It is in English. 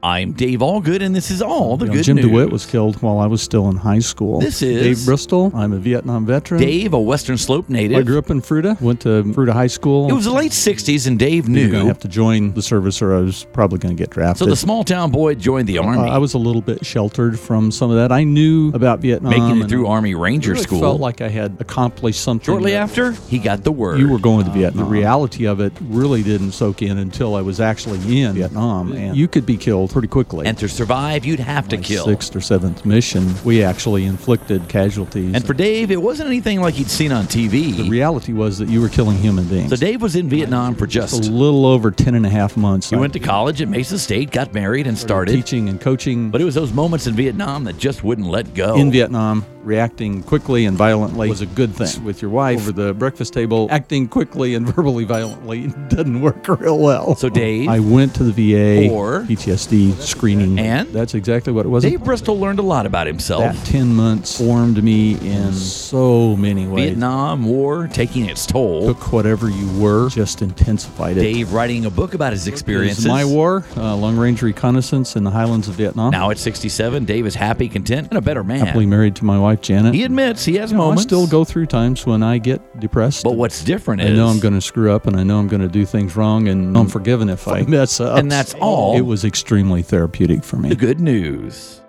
I'm Dave Allgood, and this is all the You know, good Jim news. DeWitt was killed while I was still in high school. This is- Dave Bristol. I'm a Vietnam veteran. Dave, a Western Slope native. I grew up in Fruta. Went to Fruta High School. It was the late 60s, and Dave You're going to knew. have to join the service, or I was probably going to get So drafted. the small town boy joined the Uh, Army, I was a little bit sheltered from some of that. I knew about Vietnam. making it and through Army Ranger um, really School. Felt like I had accomplished something. Shortly that- after, Oh, he got the word. You were going to Vietnam. The reality of it really didn't soak in until I was actually in Vietnam, and you could be killed pretty quickly. and to survive, you'd have to My kill. Sixth or seventh mission, we actually inflicted casualties. And for Dave, it wasn't anything like he'd seen on the TV. reality was that you were killing human beings. So Dave was in Vietnam for a just. little over 10 and a half months. He went to college at Mesa State, got married, and started. teaching and coaching. But it was those moments in Vietnam that just wouldn't let go. in Vietnam, reacting quickly and violently was a good thing. With your wife over the breakfast table, acting quickly and verbally violently doesn't work real well. So Dave- I went to the VA Or- PTSD screening, And- that's exactly what it was. Dave Bristol learned a lot about himself. that ten months formed me in so many ways. Mm. Vietnam War taking its toll. Took whatever you were, just intensified it. Dave writing a book about his It experiences. was my war, uh, long range reconnaissance in the highlands of Vietnam. Now at 67, Dave is happy, content, and a better man. happily married to my wife Janet. He admits he has You know, moments. I still go through times when I get depressed. But what's different is I know I'm going to screw up, and I know I'm going to do things wrong, and I'm forgiven if I mess up. And that's all. It was extremely therapeutic for me. the good news.